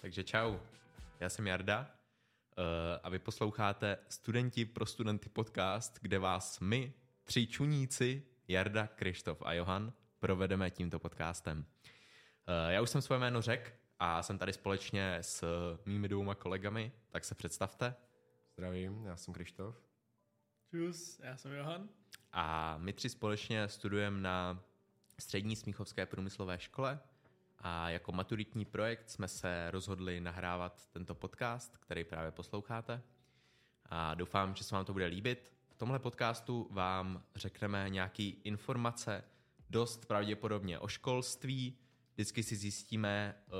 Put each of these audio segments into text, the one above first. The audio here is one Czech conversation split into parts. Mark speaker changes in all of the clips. Speaker 1: Takže čau, já jsem Jarda eh, a vy posloucháte Studenti pro studenty podcast, kde vás my, tři čuníci, Jarda, Krištof a Johan, provedeme tímto podcastem. Eh, Já už jsem svoje jméno řekl a jsem tady společně s mými dvouma kolegami, tak se představte.
Speaker 2: Zdravím, já jsem Krištof.
Speaker 3: Čus, já jsem Johan.
Speaker 1: A my tři společně studujeme na střední smíchovské průmyslové škole a jako maturitní projekt jsme se rozhodli nahrávat tento podcast, který právě posloucháte. A doufám, že se vám to bude líbit. V tomhle podcastu vám řekneme nějaké informace, dost pravděpodobně o školství. Vždycky si zjistíme eh,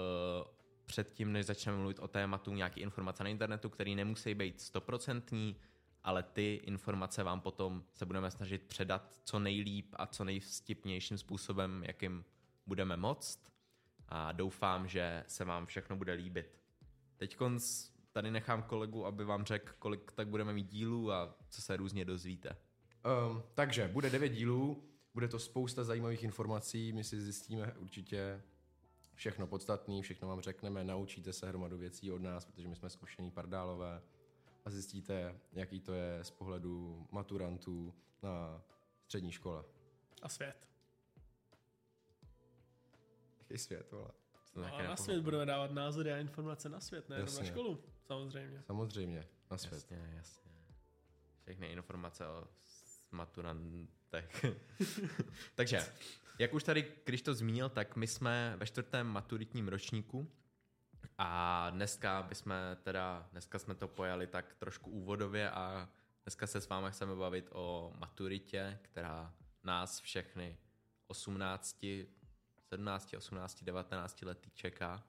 Speaker 1: předtím, než začneme mluvit o tématu, nějaké informace na internetu, které nemusí být stoprocentní, ale ty informace vám potom se budeme snažit předat co nejlíp a co nejvstipnějším způsobem, jakým budeme moct. A doufám, že se vám všechno bude líbit. Teď tady nechám kolegu, aby vám řekl, kolik tak budeme mít dílů a co se různě dozvíte.
Speaker 2: Um, takže bude devět dílů, bude to spousta zajímavých informací, my si zjistíme určitě všechno podstatné, všechno vám řekneme, naučíte se hromadu věcí od nás, protože my jsme zkušení pardálové a zjistíte, jaký to je z pohledu maturantů na střední škole.
Speaker 3: A svět.
Speaker 2: Jaký svět, vole.
Speaker 1: To
Speaker 3: No,
Speaker 1: taky
Speaker 3: a na
Speaker 1: nepamatuji.
Speaker 3: svět budeme dávat názory a informace na svět, nejenom na
Speaker 2: Jasně.
Speaker 3: školu, samozřejmě.
Speaker 2: Samozřejmě, na svět. Jasně.
Speaker 1: Jasně, jasně. Všechny informace o s- maturantech. Takže, jak už tady Krištof zmínil, tak my jsme ve čtvrtém maturitním ročníku a dneska bychom teda, dneska jsme to pojali tak trošku úvodově a dneska se s vámi chceme bavit o maturitě, která nás všechny 18, 17, 18, 19 letý čeká.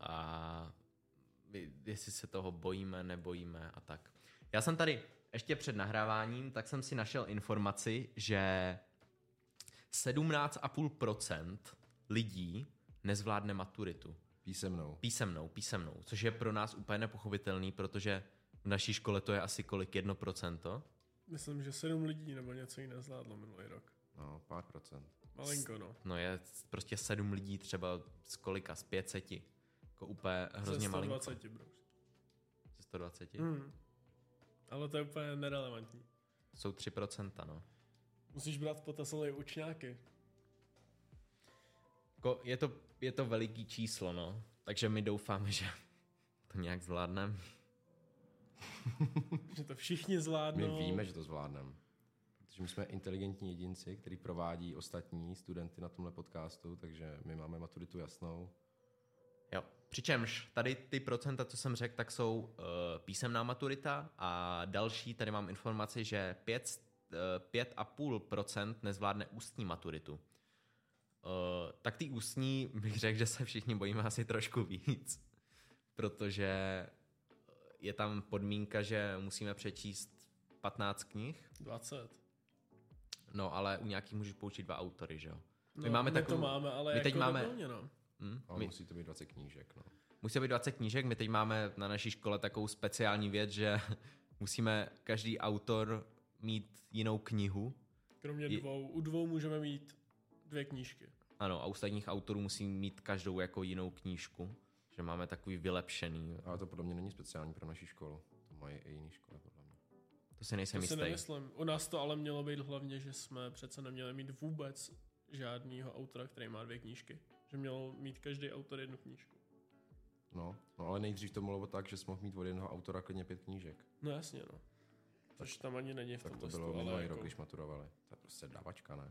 Speaker 1: A vy- jestli se toho bojíme, nebojíme a tak. Já jsem tady ještě před nahráváním, tak jsem si našel informaci, že 17,5% lidí nezvládne maturitu.
Speaker 2: Písemnou.
Speaker 1: Písemnou, písemnou, což je pro nás úplně nepochopitelný, protože v naší škole to je asi kolik? 1%?
Speaker 3: Myslím, že sedm lidí nebo něco jiného zvládlo minulý rok.
Speaker 2: No, pár procent.
Speaker 3: Malinko, no.
Speaker 1: No je prostě sedm lidí třeba z kolika? Z 500. Jako úplně hrozně
Speaker 3: Ze
Speaker 1: malinko.
Speaker 3: 120, bro.
Speaker 1: Ze 120.
Speaker 3: Hmm. Ale to je úplně nerelevantní.
Speaker 1: Jsou 3%, no.
Speaker 3: Musíš brát v potaz ale i učňáky.
Speaker 1: Jako je, to, je to veliký číslo, no. Takže my doufáme, že to nějak zvládneme.
Speaker 3: Že to všichni
Speaker 2: My
Speaker 3: zvládnou.
Speaker 2: no. víme, že to zvládneme. Protože my jsme inteligentní jedinci, který provádí ostatní studenty na tomhle podcastu, takže my máme maturitu jasnou.
Speaker 1: Jo. Přičemž tady ty procenta, co jsem řekl, tak jsou uh, písemná maturita a další, tady mám informaci, že 5, uh, 5,5% nezvládne ústní maturitu. Uh, tak ty ústní bych řekl, že se všichni bojíme asi trošku víc, protože je tam podmínka, že musíme přečíst 15 knih,
Speaker 3: 20.
Speaker 1: No, ale u nějakých můžeš poučit dva autory, že jo?
Speaker 3: No,
Speaker 1: My máme
Speaker 3: my
Speaker 1: takovou-
Speaker 3: to máme, ale
Speaker 1: my
Speaker 3: jako
Speaker 1: teď máme-
Speaker 3: doplně, no.
Speaker 1: Hm?
Speaker 2: Ale
Speaker 1: My,
Speaker 2: musí to být 20 knížek, no.
Speaker 1: musí být 20 knížek, my teď máme na naší škole takovou speciální věc, že musíme každý autor mít jinou knihu.
Speaker 3: Kromě
Speaker 1: Je-
Speaker 3: dvou. U dvou můžeme mít dvě knížky.
Speaker 1: Ano, a u ostatních autorů musí mít každou jako jinou knížku. Že máme takový vylepšený.
Speaker 2: Ale to podle mě není speciální pro naši školu. To mají i jiné školy, podle mě.
Speaker 1: To si nejsem
Speaker 3: To si
Speaker 1: jistý.
Speaker 3: nemyslím. U nás to ale mělo být hlavně, že jsme přece neměli mít vůbec žádného autora, který má dvě knížky. Že měl mít každý autor jednu knížku.
Speaker 2: No, no ale nejdřív to bylo tak, že jsi mohl mít od jednoho autora klidně pět knížek.
Speaker 3: No jasně, no. Což tam ani není v tom
Speaker 2: Tak to
Speaker 3: listu,
Speaker 2: bylo
Speaker 3: ale
Speaker 2: minulý
Speaker 3: jako,
Speaker 2: rok, když maturovali. To je prostě dávačka, ne?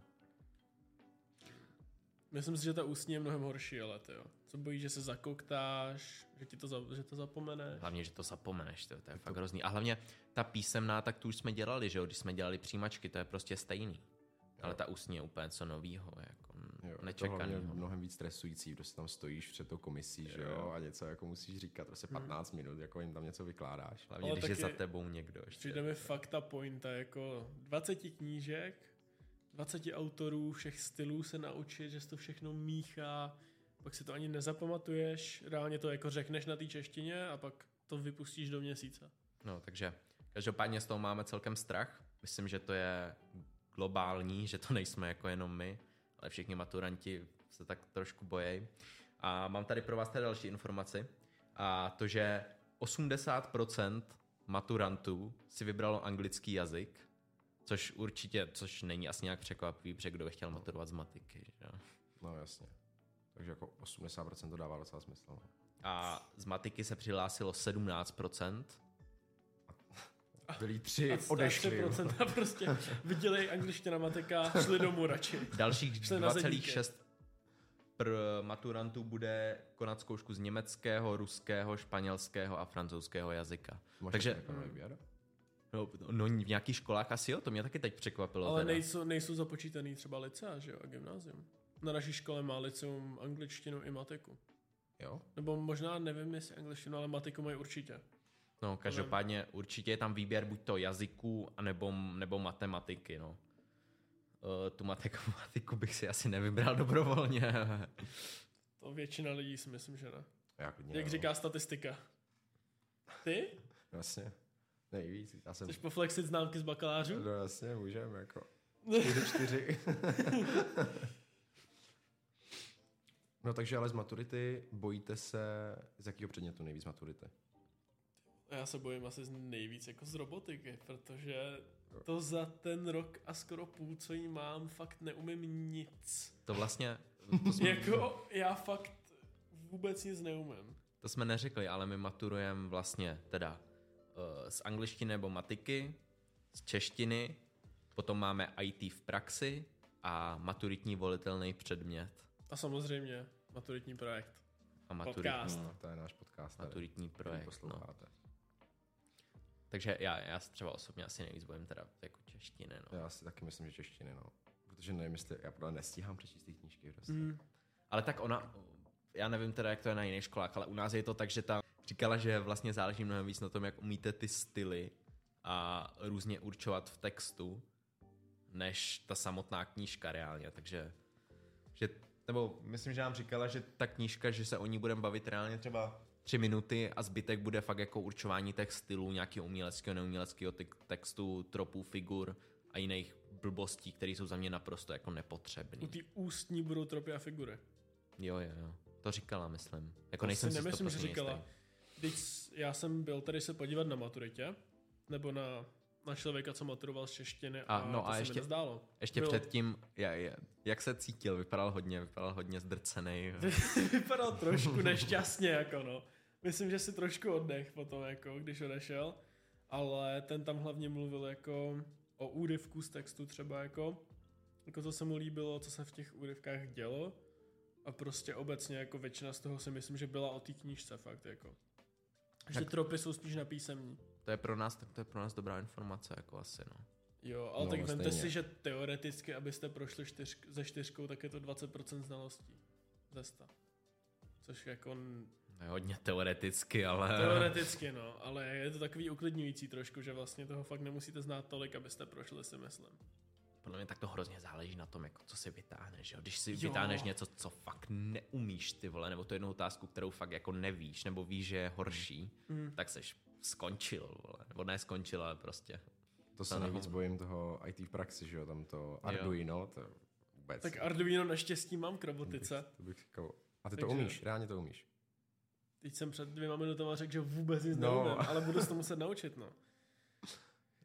Speaker 3: Myslím si, že ta ústní je mnohem horší, ale ty jo. Co bojíš, že se zakoktáš, že, ti to, za, že to zapomeneš.
Speaker 1: Hlavně, že to zapomeneš, to, to je fakt hrozný. A hlavně ta písemná, tak tu už jsme dělali, že jo? Když jsme dělali přijímačky, to je prostě stejný. Ale
Speaker 2: Jo.
Speaker 1: ta ústní je úplně co novýho, jako
Speaker 2: Jo, je to hlavně no.
Speaker 3: no.
Speaker 1: nečekanýho.
Speaker 2: mnohem víc stresující, protože tam stojíš před tou komisí, že jo, a něco jako musíš říkat, prostě
Speaker 3: Hmm.
Speaker 2: 15 minut, jako jim tam něco vykládáš.
Speaker 1: Hlavně,
Speaker 3: Ale
Speaker 1: když je za
Speaker 3: taky-
Speaker 1: tebou někdo.
Speaker 3: Přijde mi fakt ta pointa, jako 20 knížek, 20 autorů všech stylů se naučit, že se to všechno míchá, pak si to ani nezapamatuješ, reálně to jako řekneš na té češtině a pak to vypustíš do měsíce.
Speaker 1: No, takže každopádně z toho máme celkem strach. Myslím, že to je globální, že to nejsme jako jenom my, ale všichni maturanti se tak trošku bojejí. A mám tady pro vás tady další informaci. A to, že 80% maturantů si vybralo anglický jazyk, což určitě, což není asi nějak překvapivý, protože kdo by chtěl maturovat z matiky. Že? jo?
Speaker 2: No jasně. Takže jako 80% to dává docela smysl. No.
Speaker 1: A z matiky se přihlásilo 17%.
Speaker 2: Byli
Speaker 3: A
Speaker 2: tři,
Speaker 3: c- a
Speaker 2: odešli. jo.
Speaker 3: 3% prostě viděli angličtina matika, šli domů radši.
Speaker 1: Dalších
Speaker 3: Šli na zedníky.
Speaker 1: 2,6 pr- maturantů bude konat zkoušku z německého, ruského, španělského a francouzského jazyka.
Speaker 2: Máš
Speaker 1: Takže-
Speaker 2: jako na výběr?
Speaker 1: No, no v nějakých školách asi jo, to mě taky teď překvapilo.
Speaker 3: Ale
Speaker 1: teda.
Speaker 3: nejsou, nejsou započítaný třeba licea, že jo, a gymnázium. Na naší škole má liceum angličtinu i matiku.
Speaker 2: Jo?
Speaker 3: Nebo možná nevím, jestli angličtinu, ale matiku mají určitě.
Speaker 1: No, každopádně určitě je tam výběr buď to jazyků, anebo, nebo matematiky, no. Eh, Tu matematiku bych si asi nevybral dobrovolně.
Speaker 3: To většina lidí si myslím, že ne.
Speaker 2: Já klidně.
Speaker 3: Jak
Speaker 2: jo.
Speaker 3: říká statistika. Ty?
Speaker 2: Jasně. Nejvíc, já jsem...
Speaker 3: Chceš poflexit známky z bakalářů?
Speaker 2: No jasně, můžeme, jako. Čtyři, čtyři. no takže ale z maturity bojíte se, z jakého předmětu nejvíc maturity?
Speaker 3: Já se bojím asi z- nejvíc jako z robotiky, protože to za ten rok a skoro půl, co jí mám, fakt neumím nic.
Speaker 1: To vlastně, to jsme,
Speaker 3: Jako já fakt vůbec nic neumím.
Speaker 1: to jsme neřekli, ale my maturujeme vlastně teda eh, z angličtiny nebo matiky, z češtiny, potom máme IT v praxi a maturitní volitelný předmět
Speaker 3: A samozřejmě maturitní projekt.
Speaker 1: a
Speaker 3: Podcast.
Speaker 1: maturitní,
Speaker 2: No, to je náš podcast. Tady,
Speaker 1: maturitní
Speaker 2: který
Speaker 1: projekt. No.
Speaker 2: posloucháte.
Speaker 1: Takže já, já se třeba osobně asi nejvíc bojím teda jako češtiny. No.
Speaker 2: Já si taky myslím, že češtiny, no. Protože nevím, jestli, já podle nestíhám přečíst ty knížky. Prostě.
Speaker 3: Mm.
Speaker 1: Ale tak ona, já nevím teda, jak to je na jiných školách, ale u nás je to tak, že tam říkala, že vlastně záleží mnohem víc na tom, jak umíte ty styly a různě určovat v textu, než ta samotná knížka reálně, takže že, nebo myslím, že nám říkala, že ta knížka, že se o ní budeme bavit reálně třeba tři minuty a zbytek bude fakt jako určování těch stylů, nějakého uměleckého, neuměleckého te- textu, tropů, figur a jiných blbostí, které jsou za mě naprosto jako nepotřebné.
Speaker 3: U té ústní budou tropy a figury.
Speaker 1: Jo, jo, jo. To říkala, myslím. Jako
Speaker 3: To
Speaker 1: nejsem
Speaker 3: si
Speaker 1: si
Speaker 3: nemyslím, že
Speaker 1: 100%
Speaker 3: říkala.
Speaker 1: jistý.
Speaker 3: Teď s- já jsem byl tady se podívat na maturitě, nebo na, na člověka, co maturoval z češtiny a,
Speaker 1: A, no
Speaker 3: to
Speaker 1: a
Speaker 3: se
Speaker 1: ještě-
Speaker 3: mi nezdálo.
Speaker 1: Ještě
Speaker 3: Bylo-
Speaker 1: předtím, já, já, jak se cítil, vypadal hodně, vypadal hodně zdrcený.
Speaker 3: Vypadal trošku nešťastně, jako no. Myslím, že si trošku oddech potom, jako, když odešel, ale ten tam hlavně mluvil jako o úryvku z textu třeba, jako, jako co se mu líbilo, co se v těch úryvkách dělo a prostě obecně jako většina z toho si myslím, že byla o té knížce fakt, jako. Že
Speaker 1: Tak-
Speaker 3: tropy jsou spíš na písemní.
Speaker 1: To je pro nás, tak to je pro nás dobrá informace, jako asi, no.
Speaker 3: Jo, ale
Speaker 2: No,
Speaker 3: no, tak
Speaker 2: no,
Speaker 3: vemte
Speaker 2: stejně.
Speaker 3: si, že teoreticky, abyste prošli čtyř, ze čtyřkou, tak je to 20% znalostí ze 100. Což jako n-
Speaker 1: To je hodně teoreticky, ale...
Speaker 3: teoreticky, no, ale je to takový uklidňující trošku, že vlastně toho fakt nemusíte znát tolik, abyste prošli si myslím.
Speaker 1: Podle mě tak to hrozně záleží na tom, jako co si vytáhneš, jo. Když si
Speaker 3: Jo.
Speaker 1: vytáhneš něco, co fakt neumíš, ty vole, nebo tu jednu otázku, kterou fakt jako nevíš, nebo víš, že je horší,
Speaker 3: Mm.
Speaker 1: tak seš skončil, vole. Nebo ne skončil, ale prostě.
Speaker 2: To
Speaker 1: To
Speaker 2: se nejvíc
Speaker 1: nemohu.
Speaker 2: bojím toho IT v praxi, že jo, tam to Arduino, to vůbec.
Speaker 3: Tak Arduino naštěstí mám k
Speaker 2: To bych-
Speaker 3: robotice.
Speaker 2: To bych jako... A ty to
Speaker 3: Takže-
Speaker 2: umíš, reálně to umíš.
Speaker 3: Teď jsem před dvěma minutama řekl, že vůbec nic
Speaker 2: No.
Speaker 3: neumím, ale budu se to muset naučit, no.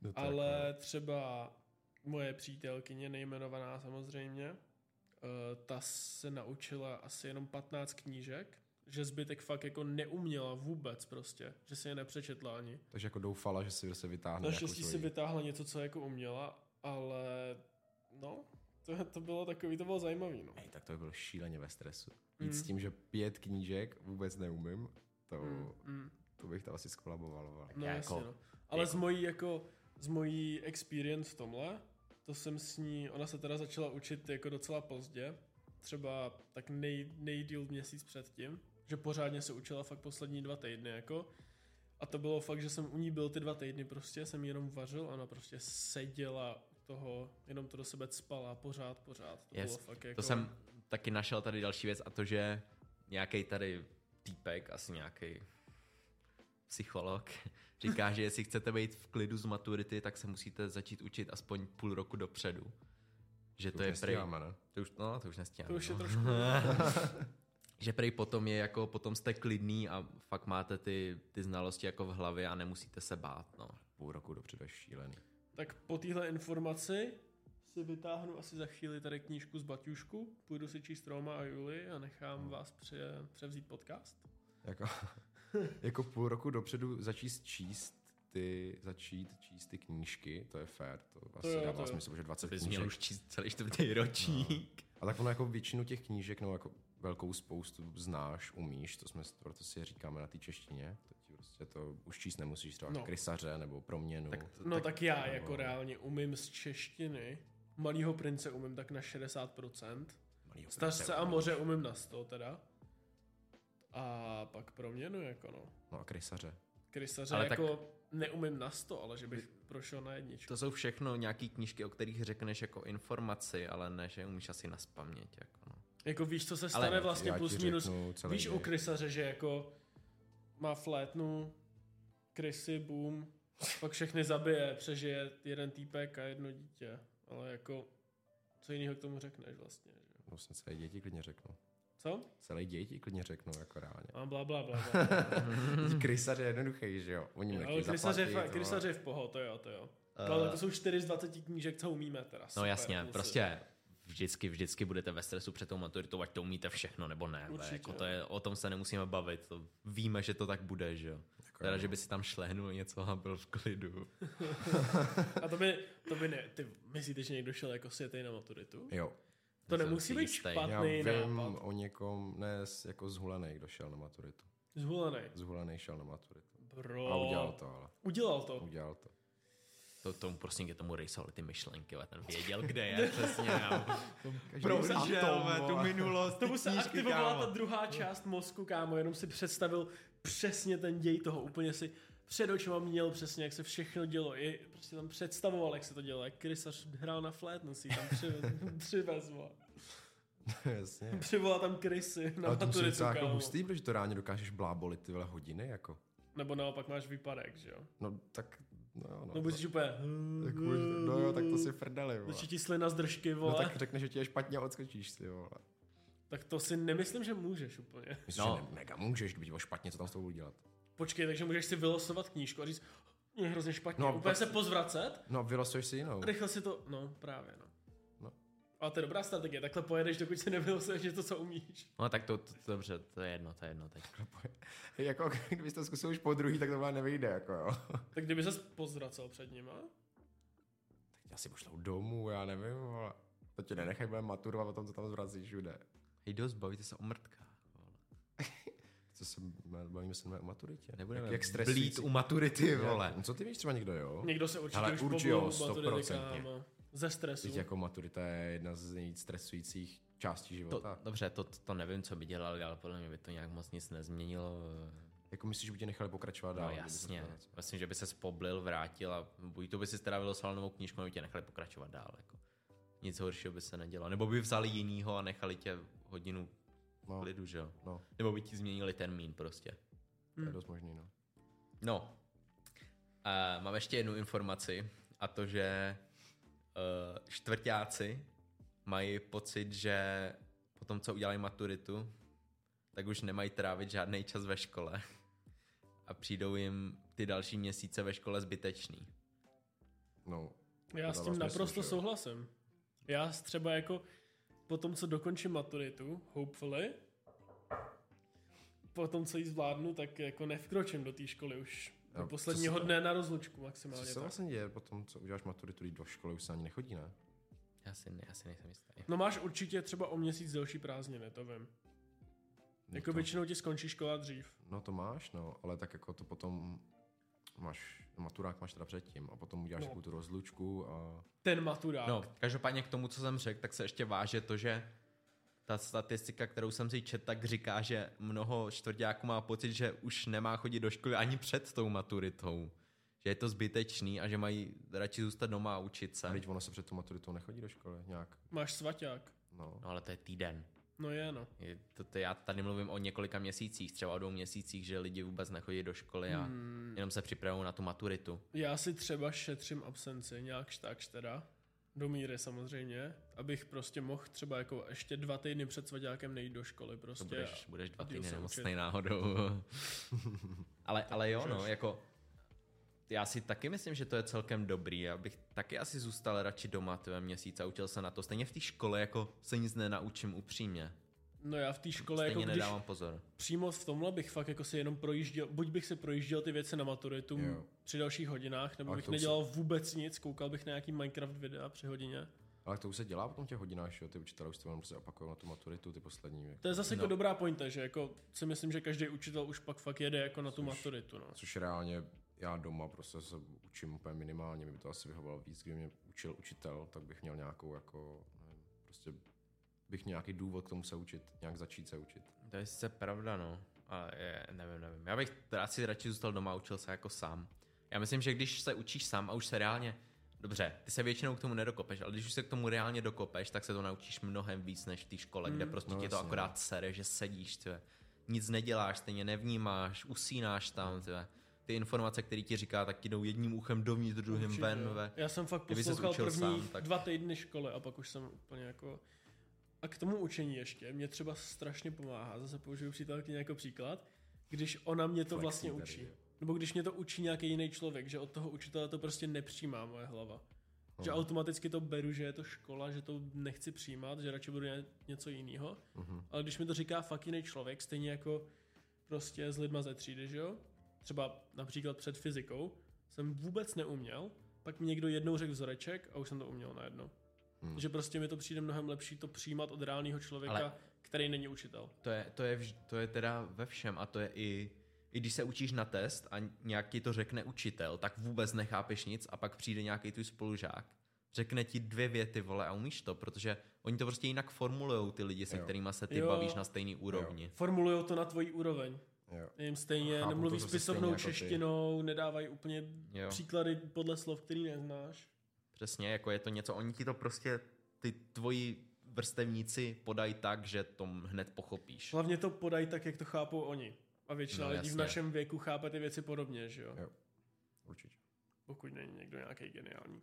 Speaker 2: No, to
Speaker 3: Ale třeba moje přítelkyně, nejmenovaná samozřejmě, eh, ta se naučila asi jenom 15 knížek, že zbytek fakt jako neuměla vůbec prostě, že si je nepřečetla ani.
Speaker 2: Takže jako doufala, že si se vytáhne
Speaker 3: Naštěstí si
Speaker 2: svoji-
Speaker 3: vytáhla něco, co jako uměla, ale no, to, to bylo takový, to bylo zajímavý, no.
Speaker 2: Ej, tak to by bylo šíleně ve stresu. Jít
Speaker 3: Mm.
Speaker 2: s tím, že pět knížek vůbec neumím, to,
Speaker 3: Mm, mm.
Speaker 2: to bych tam asi skolaboval. vole.
Speaker 3: No
Speaker 1: Já
Speaker 3: jasně,
Speaker 1: jako-
Speaker 3: no. Ale
Speaker 1: jako-
Speaker 3: z mojí jako, z mojí experience v tomhle, to jsem s ní, ona se teda začala učit jako docela pozdě, třeba tak nej, nejdíl měsíc předtím, že pořádně se učila fakt poslední dva týdny jako. A to bylo fakt, že jsem u ní byl ty dva týdny prostě, jsem jí jenom vařil a ona prostě seděla u toho, jenom to do sebe cpala pořád, pořád. To
Speaker 1: Yes.
Speaker 3: bylo fakt jako...
Speaker 1: To jsem taky našel tady další věc a to, že nějaký tady týpek, asi nějaký psycholog, říká, že jestli chcete být v klidu z maturity, tak se musíte začít učit aspoň půl roku dopředu. Že to,
Speaker 2: už
Speaker 1: je prej.
Speaker 2: nestíháme, ne?
Speaker 1: To už, no, to už nestíháme.
Speaker 3: To už je
Speaker 1: no.
Speaker 3: trošku...
Speaker 1: že prej potom je jako, potom jste klidný a fakt máte ty, ty znalosti jako v hlavě a nemusíte se bát, no.
Speaker 2: Půl roku dopředu je šílený.
Speaker 3: Tak po téhle informaci si vytáhnu asi za chvíli tady knížku z Baťušku, půjdu si číst Roma a Juli a nechám hmm. vás pře- převzít podcast.
Speaker 2: Jako, jako půl roku dopředu začít číst ty, začít číst ty knížky, to je fér, to, to asi
Speaker 3: jo,
Speaker 2: jo,
Speaker 3: to
Speaker 2: dává
Speaker 3: jo.
Speaker 2: smysl, že 20
Speaker 1: Bys měl
Speaker 2: knížek.
Speaker 1: už číst celý čtvrtý ročník.
Speaker 2: A tak ono jako většinu těch knížek, no jako velkou spoustu znáš, umíš, to jsme, proto si je říkáme na té češtině, to ti prostě to už číst nemusíš, třeba
Speaker 3: No.
Speaker 2: no. krysaře nebo proměnu.
Speaker 1: Tak
Speaker 2: Tak
Speaker 1: to-
Speaker 3: No tak, tak já
Speaker 2: no.
Speaker 3: jako reálně umím z češtiny, Malýho prince umím tak na 60%,
Speaker 2: malýho
Speaker 3: Stařce
Speaker 2: prince
Speaker 3: a
Speaker 2: umíš.
Speaker 3: moře umím na 100 teda. A pak proměnu jako no.
Speaker 2: No a krysaře.
Speaker 3: Krysaře
Speaker 1: Ale
Speaker 3: ale
Speaker 1: tak-
Speaker 3: jako neumím na 100, ale že bych prošel na jedničku.
Speaker 1: To jsou všechno nějaký knížky, o kterých řekneš jako informaci, ale ne, že umíš asi naspamět. Jako, no.
Speaker 3: Jako víš, co se stane vlastně
Speaker 2: já ti
Speaker 3: plus minus.
Speaker 2: řeknu celý
Speaker 3: Víš u
Speaker 2: děj.
Speaker 3: krysaře, že jako má flétnu, krysy, boom, pak všechny zabije, přežije jeden týpek a jedno dítě. Ale jako, co jiného k tomu řekneš vlastně, že? jo?
Speaker 2: Vlastně celý děti klidně řeknu.
Speaker 3: Co?
Speaker 2: Celý děti klidně řeknu, jako reálně.
Speaker 3: A bla, bla, bla, bla.
Speaker 2: krysař je jednoduchý, že jo? Oni
Speaker 3: Ale
Speaker 2: nechtějí
Speaker 3: krysaře, je
Speaker 2: zaplatit.
Speaker 3: fa-
Speaker 2: no.
Speaker 3: krysaře je v poho, to jo, to jo.
Speaker 1: Eh,
Speaker 3: Uh, ale to jsou 4 z 20 knížek, co umíme teda.
Speaker 1: no
Speaker 3: Super,
Speaker 1: jasně,
Speaker 3: kluci.
Speaker 1: prostě vždycky, vždycky budete ve stresu před tou maturitou, ať to umíte všechno nebo ne. Určitě,
Speaker 3: Určitě.
Speaker 1: jako to je, o tom se nemusíme bavit, to víme, že to tak bude, že jo.
Speaker 2: Jako
Speaker 1: Teda,
Speaker 2: jo.
Speaker 1: že by si tam šlehnul něco a byl v klidu.
Speaker 3: A to by, to by ne, ty myslíte, že někdo šel jako světej na maturitu?
Speaker 2: Jo,
Speaker 3: To
Speaker 1: Jsem
Speaker 3: nemusí
Speaker 1: si
Speaker 3: být
Speaker 1: jistý.
Speaker 2: já
Speaker 3: špatný
Speaker 2: vím
Speaker 3: nápad.
Speaker 2: o někom, ne z- jako zhulený, kdo šel na maturitu.
Speaker 3: Zvolený.
Speaker 2: Zhulený šel na maturitu.
Speaker 3: Bro.
Speaker 2: A udělal to, ale.
Speaker 3: Udělal to.
Speaker 2: Udělal to.
Speaker 1: To, tomu prostě k tomu rejsovali ty myšlenky, ale ten věděl, kde je přesně. a- Prožil ve tu minulost,
Speaker 3: Tomu se
Speaker 1: ty knížky,
Speaker 3: aktivovala
Speaker 1: kámo.
Speaker 3: ta druhá
Speaker 2: No.
Speaker 3: část mozku, kámo, jenom si představil přesně ten děj toho, úplně si před očima měl přesně, jak se všechno dělo, i prostě tam představoval, jak se to dělo, jak krysař hrál na flétnu, si ji tam přive- přivezl.
Speaker 2: Jasně.
Speaker 3: Přivolal tam krysy na
Speaker 2: Ale to musí být
Speaker 3: maturitu,
Speaker 2: docela jako
Speaker 3: kámo.
Speaker 2: hustý, protože to reálně dokážeš blábolit ty vole hodiny, jako.
Speaker 3: Nebo naopak máš výpadek, že jo?
Speaker 2: No tak, no jo, no.
Speaker 3: No budeš úplně...
Speaker 2: tak, můž- no jo, tak to si prdeli, vole.
Speaker 3: Začí ti slina z držky, vole.
Speaker 2: No tak řekneš, že ti je špatně a odskočíš si, vole.
Speaker 3: tak to si nemyslím, že můžeš úplně.
Speaker 2: Myslím,
Speaker 1: No.
Speaker 2: no. že ne, mega můžeš, kdyby ti bylo špatně, co tam s tou budu dělat.
Speaker 3: Počkej, takže můžeš si vylosovat knížku a říct, "Hm, mě je hrozně špatně,
Speaker 2: No,
Speaker 3: no, úplně
Speaker 2: tak-
Speaker 3: se pozvracet,
Speaker 2: No, vylosuješ si jinou.
Speaker 3: rychle si to, no právě no.
Speaker 2: No.
Speaker 3: A to je dobrá strategie, takhle pojedeš, dokud se nevylosuješ něco, co umíš.
Speaker 1: No tak to, to, to, dobře, to je jedno, to je jedno teď.
Speaker 2: jako, kdybys to zkusil už po druhý, tak to vám nevyjde, jako jo.
Speaker 3: Tak kdyby ses pozvracel před nima,
Speaker 2: Já si pošlou domů, já nevím, vole. To tě nenechaj, budeme maturovat o tom, co tam zvracíš všude.
Speaker 1: Hej, dost, bavíte se o mrtkách. vole.
Speaker 2: Co se, bavíme se o maturitě.
Speaker 1: Nebudeme
Speaker 2: jak, jak
Speaker 1: blít
Speaker 2: stresující.
Speaker 1: u maturity, vole.
Speaker 2: Jak- Co ty víš třeba někdo, jo?
Speaker 3: někdo se určitě
Speaker 2: Hele,
Speaker 3: už
Speaker 2: určitě jo,
Speaker 3: povolil maturity,
Speaker 2: 100%.
Speaker 3: kámo. Ze stresu.
Speaker 2: Teď jako maturita je jedna z nejvíc stresujících částí
Speaker 1: To,
Speaker 2: života. To...
Speaker 1: dobře, to, to nevím, co by dělali, ale podle mě by to nějak moc nic nezměnilo.
Speaker 2: Jako myslíš, že by tě nechali pokračovat
Speaker 1: No
Speaker 2: dál? kdyby se
Speaker 1: jasně,
Speaker 2: to vracelo?
Speaker 1: myslím, že by se poblil, vrátil a buď to by si teda vylosal novou knížku, nebo by tě nechali pokračovat dál. Jako. Nic horšího by se nedělo. Nebo by vzali jinýho a nechali tě hodinu
Speaker 2: No,
Speaker 1: klidu, že jo?
Speaker 2: no,
Speaker 1: Nebo by ti změnili termín prostě.
Speaker 2: to je
Speaker 3: Hmm.
Speaker 2: dost možný, no.
Speaker 1: No, uh, mám ještě jednu informaci a to, že uh, čtvrtáci mají pocit, že po tom, co udělají maturitu, tak už nemají trávit žádný čas ve škole a přijdou jim ty další měsíce ve škole zbytečný.
Speaker 2: No, To
Speaker 3: Já s
Speaker 2: dává
Speaker 3: tím
Speaker 2: smysl,
Speaker 3: naprosto
Speaker 2: že jo?
Speaker 3: souhlasím. Já s- třeba jako po tom, co dokončím maturitu, hopefully, po tom, co ji zvládnu, tak jako nevkročím do té školy už
Speaker 2: A
Speaker 3: do
Speaker 2: co
Speaker 3: posledního
Speaker 2: se-
Speaker 3: dne na rozlučku
Speaker 2: co
Speaker 3: maximálně.
Speaker 2: se
Speaker 3: No, Tak.
Speaker 2: vlastně děje po tom, co uděláš maturitu, když do školy už se ani nechodí, ne?
Speaker 1: Já si, ne, já si nejsem jistý.
Speaker 3: No máš určitě třeba o měsíc delší prázdniny, to vím. Jako
Speaker 2: to-
Speaker 3: většinou ti skončí škola dřív.
Speaker 2: No to máš, no, ale tak jako to potom máš, maturák máš teda předtím a potom uděláš
Speaker 3: No.
Speaker 2: no. tu rozlučku a
Speaker 3: Ten maturák.
Speaker 1: No, každopádně k tomu, co jsem řekl, tak se ještě váže to, že ta statistika, kterou jsem si četl, tak říká, že mnoho čtvrtáků má pocit, že už nemá chodit do školy ani před tou maturitou. Že je to zbytečný a že mají radši zůstat doma a učit se.
Speaker 2: a teď ono se před tu maturitou nechodí do školy nějak,
Speaker 3: Máš svaťák.
Speaker 2: no.
Speaker 1: No ale to je týden.
Speaker 3: No je, no.
Speaker 1: Je to, to já tady mluvím o několika měsících, třeba o dvou měsících, že lidi vůbec nechodí do školy a
Speaker 3: Hmm.
Speaker 1: jenom se připravují na tu maturitu.
Speaker 3: Já si třeba šetřím absenci, nějak tak teda. do míry samozřejmě, abych prostě mohl třeba jako ještě dva týdny před svaďákem nejít do školy
Speaker 1: To
Speaker 3: prostě.
Speaker 1: budeš, budeš dva
Speaker 3: a ty
Speaker 1: týdny
Speaker 3: se
Speaker 1: nemocnej
Speaker 3: učit.
Speaker 1: náhodou. ale, ale jo, no,
Speaker 3: můžeš.
Speaker 1: jako já si taky myslím, že to je celkem dobrý. Já bych taky asi zůstal radši doma tvé měsíce a učil se na to. Stejně v té škole jako se nic nenaučím upřímně.
Speaker 3: No já v té škole
Speaker 1: Stejně
Speaker 3: jako když
Speaker 1: nedávám pozor.
Speaker 3: přímo v tomhle bych fakt jako si jenom projížděl, buď bych si projížděl ty věci na maturitu
Speaker 2: Jo.
Speaker 3: při dalších hodinách, nebo
Speaker 2: Ale
Speaker 3: bych
Speaker 2: to už se-
Speaker 3: nedělal vůbec nic, koukal bych na nějaký Minecraft videa při hodině.
Speaker 2: Ale to už se dělá potom v těch hodinách, že jo? Ty učitelé už to jenom prostě opakují na tu maturitu, ty poslední. Jako.
Speaker 3: To je zase jako
Speaker 1: No.
Speaker 3: dobrá pointa, že jako si myslím, že každý učitel už pak fakt jede jako na tu maturitu. No.
Speaker 2: Což reálně já doma prostě se učím úplně minimálně, mi by to asi vyhovovalo víc, kdyby mě učil učitel, tak bych měl nějakou jako, nevím, prostě bych měl nějaký důvod k tomu se učit, nějak začít se učit.
Speaker 1: To je sice pravda, no. Ale je, nevím, nevím. Já bych teda asi radši zůstal doma a učil se jako sám. Já myslím, že když se učíš sám a už se reálně... Dobře, ty se většinou k tomu nedokopeš, ale když už se k tomu reálně dokopeš, tak se to naučíš mnohem víc než v té škole, kde prostě
Speaker 2: no
Speaker 1: ti to
Speaker 2: jasně,
Speaker 1: akorát sere, že sedíš, tve. nic neděláš, stejně nevnímáš, usínáš
Speaker 2: Mm.
Speaker 1: tam, tve. ty informace, které ti říká, tak ti jdou jedním uchem dovnitř, druhým
Speaker 3: Určitě.
Speaker 1: ven, ve.
Speaker 3: Já jsem fakt
Speaker 1: Kdyby ses
Speaker 3: poslouchal
Speaker 1: učil
Speaker 3: první
Speaker 1: sám, tak-
Speaker 3: dva týdny školy a pak už jsem úplně jako... A k tomu učení ještě, mě třeba strašně pomáhá, zase použiju přítelkyně jako příklad, když ona mě to
Speaker 2: Flexí
Speaker 3: vlastně
Speaker 2: tady,
Speaker 3: učí.
Speaker 2: jo.
Speaker 3: Nebo když mě to učí nějaký jiný člověk, že od toho učitele to prostě nepřijímá moje hlava. Že
Speaker 1: No.
Speaker 3: automaticky to beru, že je to škola, že to nechci přijímat, že radši budu ně- něco jiného.
Speaker 2: Mhm.
Speaker 3: Ale když mi to říká fakt jiný člověk, stejně jako prostě s lidma ze třídy, že jo? Třeba například před fyzikou jsem vůbec neuměl, pak mi někdo jednou řekl vzoreček a už jsem to uměl najednou.
Speaker 2: Hmm.
Speaker 3: Hmm. Že prostě mi to přijde mnohem lepší to přijímat od reálného člověka,
Speaker 1: Ale-
Speaker 3: Ale... který není učitel.
Speaker 1: To je, to, je, vž- to je teda ve všem a to je i, i když se učíš na test a nějak ti to řekne učitel, tak vůbec nechápeš nic a pak přijde nějaký tvůj spolužák, řekne ti dvě věty, vole, a umíš to, protože oni to prostě jinak formulujou ty lidi, se
Speaker 2: Jo.
Speaker 1: kterými se ty
Speaker 3: Jo.
Speaker 1: bavíš na stejný úrovni.
Speaker 3: Formulujou to na tvoji úroveň.
Speaker 2: Jo.
Speaker 3: Jim stejně
Speaker 2: Chápu to
Speaker 3: nemluví
Speaker 2: zase
Speaker 3: spisovnou
Speaker 2: stejně jako ty.
Speaker 3: češtinou, nedávají úplně
Speaker 1: Jo.
Speaker 3: příklady podle slov, který neznáš.
Speaker 1: Přesně, jako je to něco, oni ti to prostě, ty tvoji vrstevníci podají tak, že to hned pochopíš.
Speaker 3: Hlavně to podají tak, jak to chápou oni. A většina
Speaker 1: No,
Speaker 3: lidí
Speaker 1: jasně.
Speaker 3: v našem věku chápe ty věci podobně, že jo?
Speaker 2: Jo. Určitě.
Speaker 3: Pokud není někdo nějaký geniální.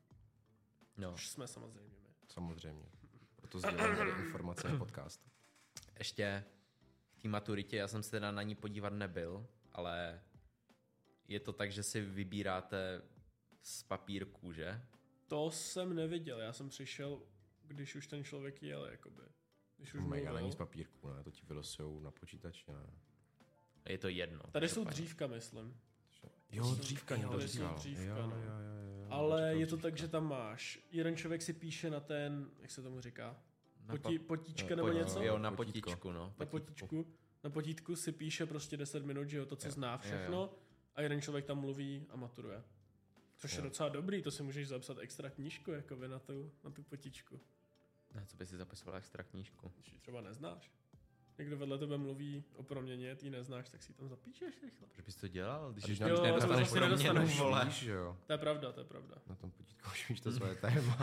Speaker 1: No.
Speaker 3: Což jsme samozřejmě my.
Speaker 2: Samozřejmě. Proto sdělám tady informace na podcastu.
Speaker 1: ještě k té maturitě, já jsem se teda na ní podívat nebyl, ale je to tak, že si vybíráte z papírku, že?
Speaker 3: To jsem neviděl, já jsem přišel, když už ten člověk jel, jakoby. Když už
Speaker 2: Mega
Speaker 3: mluvil.
Speaker 2: není z papírku, ne? To ti vylosujou na počítači, ne?
Speaker 1: Je to jedno.
Speaker 3: Tady jsou
Speaker 1: každopádně.
Speaker 3: dřívka, myslím.
Speaker 2: Jo, dřívka někdo
Speaker 3: tady jsou
Speaker 2: říkal.
Speaker 3: dřívka,
Speaker 2: jo,
Speaker 3: no.
Speaker 2: jo, jo, jo, jo,
Speaker 3: Ale
Speaker 2: říkal
Speaker 3: je to
Speaker 2: dřívka.
Speaker 3: tak, že tam máš. Jeden člověk si píše na ten, jak se tomu říká?
Speaker 1: Na
Speaker 3: Poti,
Speaker 1: pap-
Speaker 3: potíčka
Speaker 2: ne,
Speaker 3: nebo
Speaker 1: poti-
Speaker 3: něco?
Speaker 1: Jo, na
Speaker 2: Potítko.
Speaker 1: potíčku, no.
Speaker 3: Na potítku. Na potítku si píše prostě 10 minut, že jo, to, co
Speaker 2: Jo.
Speaker 3: zná všechno. A jeden člověk tam mluví a maturuje. Což je
Speaker 2: Jo.
Speaker 3: docela dobrý, to si můžeš zapsat extra knížku, jakoby na tu, na tu potíčku.
Speaker 1: Ne, co by si zapisoval extra knížku?
Speaker 3: Když ji třeba neznáš. Někdo vedle tebe mluví o proměně, ty ji neznáš, tak si ji tam zapíšeš rychle.
Speaker 1: Proč bys to dělal, když
Speaker 2: A když
Speaker 1: už
Speaker 2: nám
Speaker 3: Jo, to
Speaker 1: nedostaneš
Speaker 3: zase
Speaker 1: pro mě,
Speaker 3: nedostaneš.
Speaker 1: no, vole.
Speaker 2: Víš, že jo.
Speaker 3: To je pravda, to je pravda.
Speaker 2: Na tom potítku už víš to svoje téma.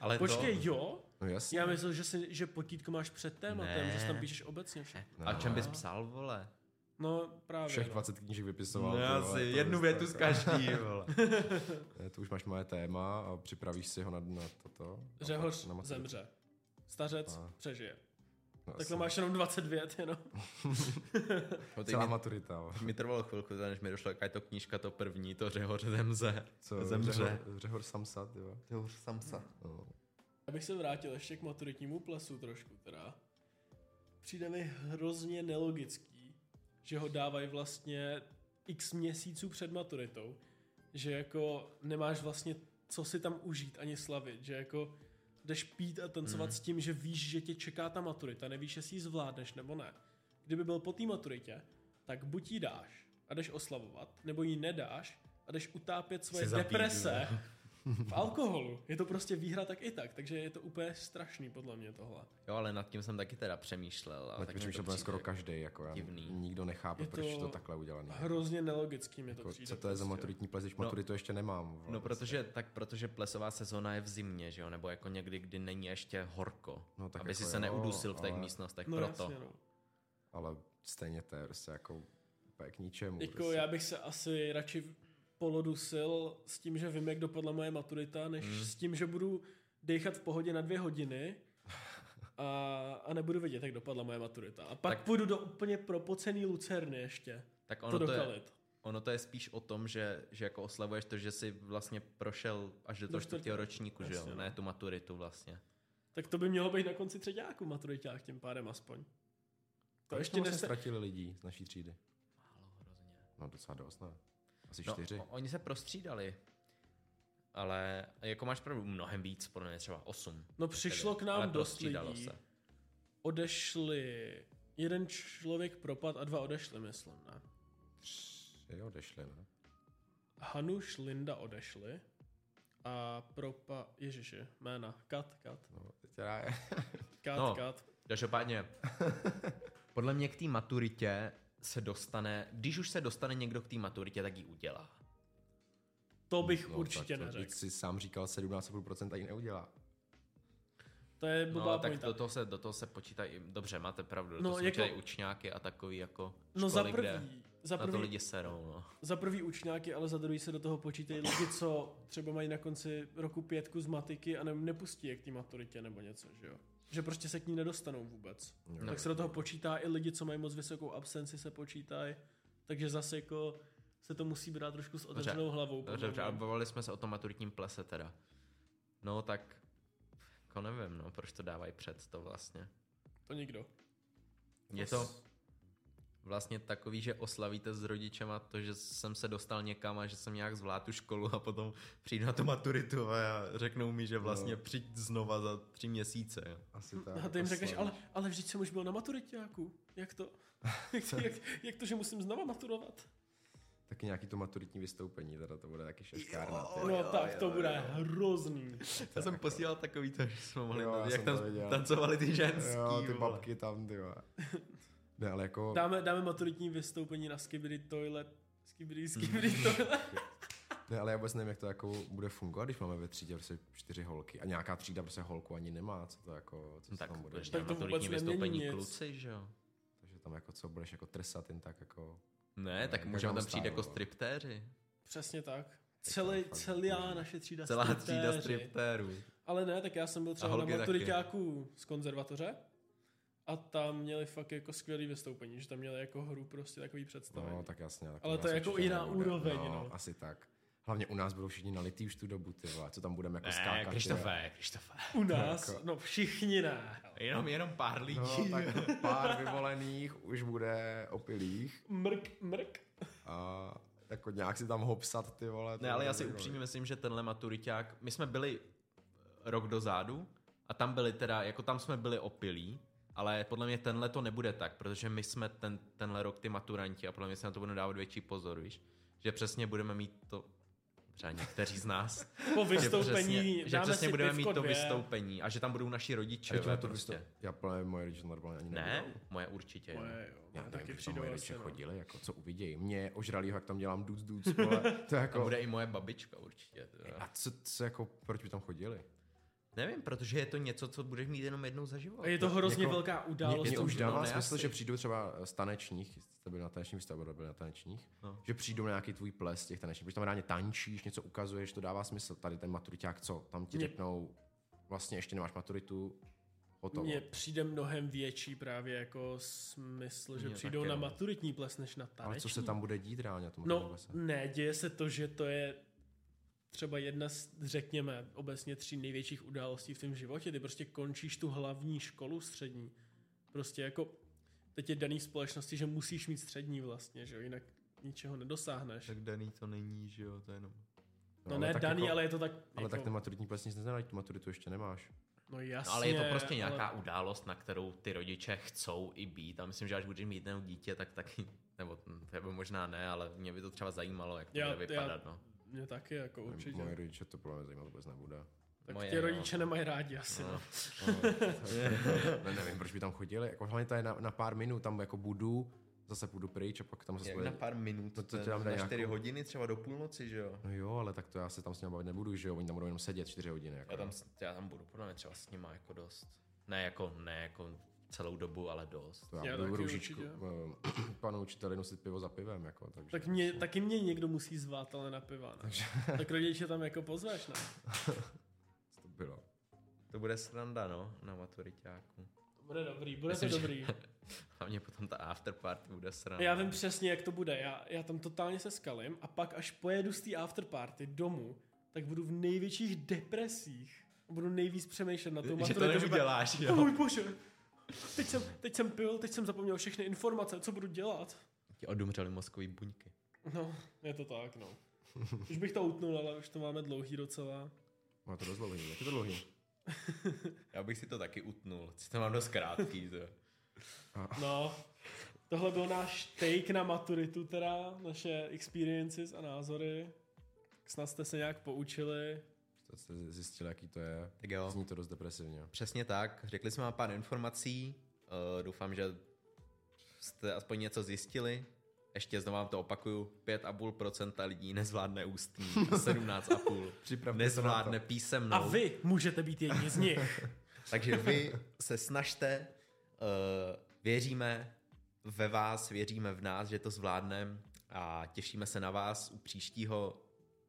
Speaker 1: Ale
Speaker 3: Počkej,
Speaker 1: to...
Speaker 3: jo?
Speaker 2: No jasně.
Speaker 3: Já myslel, že, si, že potítko máš před tématem,
Speaker 1: Ne.
Speaker 3: že si tam píšeš obecně všechno.
Speaker 1: A čem bys
Speaker 3: Ne.
Speaker 1: psal, vole?
Speaker 3: No právě.
Speaker 2: Všech
Speaker 3: no.
Speaker 2: 20 knížek vypisoval.
Speaker 1: Ne,
Speaker 2: ty vole,
Speaker 1: No, asi
Speaker 2: to
Speaker 1: jednu
Speaker 2: je
Speaker 1: větu
Speaker 2: tak-
Speaker 1: z každý, vole.
Speaker 2: Ne, To už máš moje téma a připravíš si ho na, na toto. a pak
Speaker 3: Řehoř
Speaker 2: na maturitu.
Speaker 3: zemře. Stařec
Speaker 2: A.
Speaker 3: přežije.
Speaker 2: No,
Speaker 3: Takhle
Speaker 2: asi.
Speaker 3: máš jenom 20 vět jenom.
Speaker 1: No, teď
Speaker 2: Celá
Speaker 1: mi,
Speaker 2: maturita. jo.
Speaker 1: mi trvalo chvilku, než mi došlo, jaká je to knížka, to první, to řehoř zemře.
Speaker 2: Co,
Speaker 1: Zemře.
Speaker 2: Řehor, řehor Samsat, jo.
Speaker 1: Řehoř samsa.
Speaker 2: No.
Speaker 3: Já bych se vrátil ještě k maturitnímu plesu trošku teda. Přijde mi hrozně nelogický, že ho dávají vlastně x měsíců před maturitou, že jako nemáš vlastně co si tam užít ani slavit, že jako jdeš pít a tancovat
Speaker 1: Mhm.
Speaker 3: s tím, že víš, že tě čeká ta maturita, nevíš, jestli ji zvládneš nebo ne. Kdyby byl po té maturitě, tak buď ji dáš a jdeš oslavovat, nebo ji nedáš a jdeš utápět svoje
Speaker 1: Si zapít,
Speaker 3: deprese v alkoholu. Je to prostě výhra tak i tak, takže je to úplně strašný podle mě tohle.
Speaker 1: Jo, ale nad tím jsem taky teda přemýšlel. A
Speaker 2: Ale
Speaker 1: taky mi
Speaker 2: tak to
Speaker 1: to
Speaker 2: bude
Speaker 1: přijde
Speaker 2: skoro
Speaker 1: jako-
Speaker 2: každý, jako já,
Speaker 1: divný.
Speaker 2: nikdo nechápe,
Speaker 3: Je
Speaker 2: proč je
Speaker 3: to
Speaker 2: to takhle udělané.
Speaker 3: Hrozně nelogický mi to
Speaker 2: Jako,
Speaker 3: přijde.
Speaker 2: co to je za
Speaker 3: prostě.
Speaker 2: maturitní ples, když maturitu ještě nemám. vole,
Speaker 1: No
Speaker 2: prostě.
Speaker 1: protože, tak protože plesová sezóna je v zimě, že jo, nebo jako někdy, kdy není ještě horko.
Speaker 2: No, tak
Speaker 1: aby
Speaker 2: jako
Speaker 1: si se
Speaker 2: jo,
Speaker 1: neudusil v těch
Speaker 2: ale-
Speaker 1: místnostech,
Speaker 3: No
Speaker 1: proto.
Speaker 3: jasně, no.
Speaker 2: Ale stejně to je prostě jako úplně k ničemu.
Speaker 3: Jako
Speaker 2: prostě.
Speaker 3: já bych se asi radši polodusil s tím, že vím, jak dopadla moje maturita, než
Speaker 1: Mm.
Speaker 3: s tím, že budu dechat v pohodě na dvě hodiny a, a nebudu vědět, jak dopadla moje maturita. A pak
Speaker 1: Tak-
Speaker 3: tak... půjdu do úplně propocený lucerny ještě.
Speaker 1: Tak
Speaker 3: to
Speaker 1: ono to, je,
Speaker 3: dokalit.
Speaker 1: ono to je spíš o tom, že, že jako oslavuješ to, že jsi vlastně prošel až do
Speaker 3: Do
Speaker 1: toho
Speaker 3: čtvrtého.
Speaker 1: čtvrtého ročníku, že jo?
Speaker 3: Jasně, no.
Speaker 1: Ne tu maturitu vlastně.
Speaker 3: Tak to by mělo být na konci třetíku maturiták tím pádem aspoň. To
Speaker 2: Kolik
Speaker 3: ještě
Speaker 2: Jako, se
Speaker 3: nese...
Speaker 2: ztratili lidí z naší třídy?
Speaker 1: Málo hrozně.
Speaker 2: No docela dost, ne? Asi
Speaker 1: No,
Speaker 2: čtyři.
Speaker 1: o- oni se prostřídali. Ale jako máš pravdu, mnohem víc, podle mě třeba 8.
Speaker 3: No přišlo k nám dost lidí. Se. Odešli... Jeden člověk propad a dva odešli, myslím, ne?
Speaker 2: Tři odešli, no. ne?
Speaker 3: Hanuš, Linda odešli a propa... Ježiši, jména. Kat, kat.
Speaker 2: No, teda je.
Speaker 3: Kat,
Speaker 1: No.
Speaker 3: no. kat.
Speaker 1: Každopádně, podle mě k té maturitě se dostane, když už se dostane někdo k té maturitě, tak ji udělá.
Speaker 3: To bych no,
Speaker 2: no,
Speaker 3: určitě
Speaker 2: tak to,
Speaker 3: neřekl.
Speaker 2: vždyť si sám říkal 17,5% a ji neudělá.
Speaker 3: To je blbá
Speaker 1: No,
Speaker 3: no,
Speaker 1: tak
Speaker 3: pointa.
Speaker 1: do toho, se, do toho se počítají, dobře, máte pravdu, do
Speaker 3: No,
Speaker 1: toho se
Speaker 3: jako-
Speaker 1: počítají učňáky a takový jako školy,
Speaker 3: No za
Speaker 1: kde
Speaker 3: prvý, za
Speaker 1: na to
Speaker 3: prvý,
Speaker 1: lidi serou, no.
Speaker 3: za prvý učňáky, ale za druhý se do toho počítají lidi, co třeba mají na konci roku pětku z matiky a ne, nepustí je k té maturitě nebo něco, že jo? Že prostě se k ní nedostanou vůbec.
Speaker 1: No.
Speaker 2: Jo.
Speaker 3: Tak se do toho počítá i lidi, co mají moc vysokou absenci, se počítají. Takže zase jako se to musí brát trošku s otevřenou hlavou.
Speaker 1: Dobře,
Speaker 3: podle
Speaker 1: dobře,
Speaker 3: mě.
Speaker 1: ale bavili jsme se o tom maturitním plese teda. No tak, jako nevím, no, proč to dávají před to vlastně.
Speaker 3: To nikdo.
Speaker 1: Je to vlastně takový, že oslavíte s rodičema to, že jsem se dostal někam a že jsem nějak zvládl tu školu a potom přijdu na tu maturitu a já- řeknou mi, že vlastně
Speaker 2: No.
Speaker 1: přijď znova za tři měsíce. jo.
Speaker 2: Asi tak. prostě
Speaker 3: A No, ty jim řekneš,
Speaker 2: oslavíš.
Speaker 3: ale, ale vždyť jsem už byl na maturitáku. Jak to? jak, jak, jak to, že musím znova maturovat?
Speaker 2: Taky nějaký to maturitní vystoupení, teda to bude taky šeškárna. ty.
Speaker 3: No tak, to bude hrozný.
Speaker 1: Já jsem posílal takový to, že jsme mohli,
Speaker 2: Jo, já
Speaker 1: jak
Speaker 2: jsem
Speaker 1: tam
Speaker 2: to viděl.
Speaker 1: tancovali ty ženský.
Speaker 2: Jo, ty
Speaker 1: vole. No
Speaker 2: babky tam, ty vole. Ne, ale jako...
Speaker 3: Dáme, dáme maturitní vystoupení na Skibidi Toilet. Skibidi, Skibidi Toilet.
Speaker 2: Ne, ale já vůbec nevím, jak to jako bude fungovat, když máme ve třídě prostě čtyři holky a nějaká třída prostě holku ani nemá, co to jako, co
Speaker 1: No,
Speaker 2: no,
Speaker 1: tak
Speaker 2: tam bude.
Speaker 1: budeš
Speaker 3: Tak
Speaker 1: na
Speaker 3: to vůbec
Speaker 1: maturitní
Speaker 3: nemění
Speaker 1: vystoupení
Speaker 3: nic.
Speaker 1: kluci, že jo?
Speaker 2: Takže tam jako co, budeš jako trsat jen tak jako...
Speaker 1: Ne, tak
Speaker 2: tak
Speaker 1: můžeme
Speaker 2: tam
Speaker 1: tam přijít
Speaker 2: stálo,
Speaker 1: jako
Speaker 2: no.
Speaker 1: striptéři.
Speaker 3: Přesně tak. Celý,
Speaker 2: fakt
Speaker 3: celá naše třída
Speaker 1: Celá třída
Speaker 3: striptéři.
Speaker 1: striptérů.
Speaker 3: Ale ne, tak já jsem byl třeba na
Speaker 1: holky taky.
Speaker 3: maturitáku z konzervatoře a tam měli fakt jako skvělý vystoupení, že tam měli jako hru prostě takový představení.
Speaker 2: No, tak jasně. jako u
Speaker 3: Ale to
Speaker 2: nás
Speaker 3: je jako
Speaker 2: určitě
Speaker 3: jiná úroveň, no.
Speaker 2: Asi tak. Hlavně u nás budou všichni nalitý už tu dobu, ty vole, co tam budeme jako
Speaker 1: Ne,
Speaker 2: skákat. ty vole.
Speaker 1: Krištofe, Krištofe.
Speaker 3: U nás,
Speaker 2: jako-
Speaker 3: no všichni ne.
Speaker 1: Jenom, jenom pár lidí.
Speaker 2: No, tak pár vyvolených už bude opilých
Speaker 3: Mrk, mrk.
Speaker 2: a jako nějak si tam hopsat ty vole. to
Speaker 1: Ne, ale já
Speaker 2: bude
Speaker 1: si
Speaker 2: zajímavý.
Speaker 1: upřímně myslím, že tenhle maturiták, my jsme byli eh, rok dozadu a tam byli teda, jako tam jsme byli opilí, ale podle mě tenhle to nebude tak, protože my jsme ten, tenhle rok ty maturanti a podle mě se na to budeme dávat větší pozor, víš? Že přesně budeme mít to, třeba někteří z nás,
Speaker 3: Po
Speaker 1: že
Speaker 3: vystoupení
Speaker 1: přesně,
Speaker 3: že
Speaker 1: že
Speaker 3: dáme
Speaker 1: přesně
Speaker 3: si
Speaker 1: budeme
Speaker 3: budeme
Speaker 1: mít
Speaker 3: pivko
Speaker 1: to
Speaker 3: mít dvě.
Speaker 1: vystoupení a že tam budou naši
Speaker 2: A
Speaker 1: rodiče.
Speaker 2: teď na
Speaker 1: Prostě.
Speaker 2: to vystup... Já plně moje rodiče normálně ani
Speaker 1: Ne,
Speaker 2: nebudou.
Speaker 1: moje určitě. jo.
Speaker 3: Moje, jo,
Speaker 2: Já
Speaker 3: já taky
Speaker 2: nevím, že tam
Speaker 3: přijdu
Speaker 2: moje
Speaker 1: vlastně,
Speaker 2: rodiče
Speaker 3: asi, no.
Speaker 2: chodili, jako co uvidějí. Mě ožralýho, jak tam dělám duc, duc, vole. To je
Speaker 1: Tam
Speaker 2: jako...
Speaker 1: bude i moje babička určitě. teda.
Speaker 2: A co, co, jako, proč by tam chodili?
Speaker 1: Nevím, protože je to něco, co budeš mít jenom jednou za život.
Speaker 3: A je to hrozně
Speaker 2: Jako-
Speaker 3: velká událost. no,
Speaker 2: Mě, mě
Speaker 1: to
Speaker 2: už
Speaker 1: už bylo
Speaker 2: dává
Speaker 1: nejasný.
Speaker 2: smysl, že přijdou třeba z tanečních, jste byli na tanečních, jste byli na tanečních,
Speaker 1: No.
Speaker 2: no. že přijdou na nějaký tvůj ples těch tanečních, protože tam reálně tančíš, něco ukazuješ, to dává smysl. Tady ten maturiták, co? Tam ti
Speaker 3: Mě-
Speaker 2: řeknou, vlastně ještě nemáš maturitu, hotovo.
Speaker 3: Mně přijde mnohem větší právě jako smysl, že
Speaker 1: Mně
Speaker 3: přijdou
Speaker 1: taky,
Speaker 3: na
Speaker 1: no.
Speaker 3: maturitní ples než na taneční.
Speaker 2: Ale co se tam bude dít reálně na tom
Speaker 3: No,
Speaker 1: vlastně?
Speaker 2: plese?
Speaker 3: ne, děje se to, že to je třeba jedna z, řekněme, obecně tří největších událostí v tom životě. Ty prostě končíš tu hlavní školu střední. Prostě jako teď je daný společnosti, že musíš mít střední vlastně, že jo, jinak ničeho nedosáhneš.
Speaker 1: Tak daný to není, že jo, to je jenom...
Speaker 3: No, ne
Speaker 2: tak
Speaker 3: daný,
Speaker 2: jako,
Speaker 3: ale je to tak,
Speaker 2: Ale
Speaker 3: jako,
Speaker 2: tak ten maturitní ples nic neznamená, tu maturitu ještě nemáš.
Speaker 3: no jasně.
Speaker 1: No, ale je to prostě nějaká
Speaker 3: Ale,
Speaker 1: událost, na kterou ty rodiče chcou i být. A myslím, že až budeš mít jedno dítě, tak taky, nebo hm, tebe možná ne, ale mě by to třeba zajímalo, jak to
Speaker 3: Já-
Speaker 1: bude vypadat. No.
Speaker 3: mě taky, jako určitě.
Speaker 2: Moje rodiče to podle mě zajímat vůbec nebude.
Speaker 3: tak
Speaker 1: moje,
Speaker 3: tě
Speaker 1: no.
Speaker 3: rodiče nemají rádi asi. No.
Speaker 1: No.
Speaker 2: ne, nevím, proč by tam chodili. Jako, hlavně tady na, na, pár minut tam jako budu, zase půjdu pryč a pak tam zase
Speaker 1: Jak
Speaker 2: bude...
Speaker 1: na pár minut,
Speaker 2: Prostě- To- to
Speaker 1: to
Speaker 2: ti dám
Speaker 1: na
Speaker 2: nějakou-
Speaker 1: 4 hodiny, třeba do půlnoci, že jo.
Speaker 2: No jo, ale tak to já se tam s ním bavit nebudu, že jo, oni tam budou jenom sedět čtyři hodiny. Jako.
Speaker 1: Já tam, s- já tam budu podle mě třeba s nima jako dost. Ne jako, ne jako celou dobu, ale dost.
Speaker 2: To já,
Speaker 3: Já
Speaker 2: budu
Speaker 3: taky
Speaker 2: růžičku,
Speaker 3: určitě.
Speaker 2: eh, panu učiteli nosit pivo za pivem, jako, takže.
Speaker 3: Tak mě, taky mě někdo musí zvát, ale na piva, ne?
Speaker 2: Takže-
Speaker 3: Tak rodiče tam jako pozveš, ne?
Speaker 2: Co to bylo.
Speaker 1: To bude sranda, no, na maturitáku.
Speaker 3: To bude dobrý, bude to
Speaker 1: Myslím, že- No.
Speaker 3: dobrý.
Speaker 1: Hlavně potom ta afterparty bude
Speaker 3: A
Speaker 1: sranda.
Speaker 3: já vím přesně, jak to bude. Já, já tam totálně se skalím a pak, až pojedu z té afterparty domů, tak budu v největších depresích. Budu nejvíc přemýšlet na tu
Speaker 1: že
Speaker 3: maturitu.
Speaker 1: to
Speaker 3: že
Speaker 1: neuděláš,
Speaker 3: pak, "O
Speaker 1: jo.
Speaker 3: můj bože, teď jsem, teď jsem pil, teď jsem zapomněl všechny informace, co budu dělat.
Speaker 1: Ti odumřely mozkové buňky.
Speaker 3: No, je to tak, no. Už bych to utnul, ale už to máme dlouhý docela.
Speaker 2: Má to dost dlouhý, jak je to dlouhý?
Speaker 1: Já bych si to taky utnul. Si to mám dost krátký, to.
Speaker 3: No, tohle byl náš take na maturitu teda, naše experiences a názory. Snad jste se nějak poučili.
Speaker 2: To jste zjistili, jaký to je.
Speaker 1: Tak jo.
Speaker 2: Zní to dost depresivně.
Speaker 1: Přesně tak. Řekli jsme vám pár informací. Eh, Doufám, že jste aspoň něco zjistili. Ještě znovu vám to opakuju. 5,5% lidí nezvládne ústní. a 17,5%
Speaker 2: Připravte
Speaker 1: nezvládne
Speaker 3: A
Speaker 1: písemnou.
Speaker 3: vy můžete být jedni z nich.
Speaker 1: Takže vy se snažte. eh, Věříme ve vás, věříme v nás, že to zvládneme a těšíme se na vás u příštího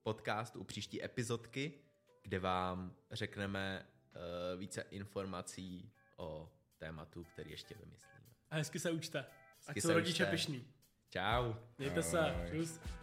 Speaker 1: podcastu, u příští epizodky, kde vám řekneme eh, více informací o tématu, který ještě vymyslíme.
Speaker 3: A hezky se učte. Ať
Speaker 1: Hezky
Speaker 3: jsou
Speaker 1: se
Speaker 3: rodiče
Speaker 1: učte.
Speaker 3: pišní.
Speaker 1: Čau!
Speaker 3: Mějte se.
Speaker 2: Ahoj.
Speaker 3: Čus.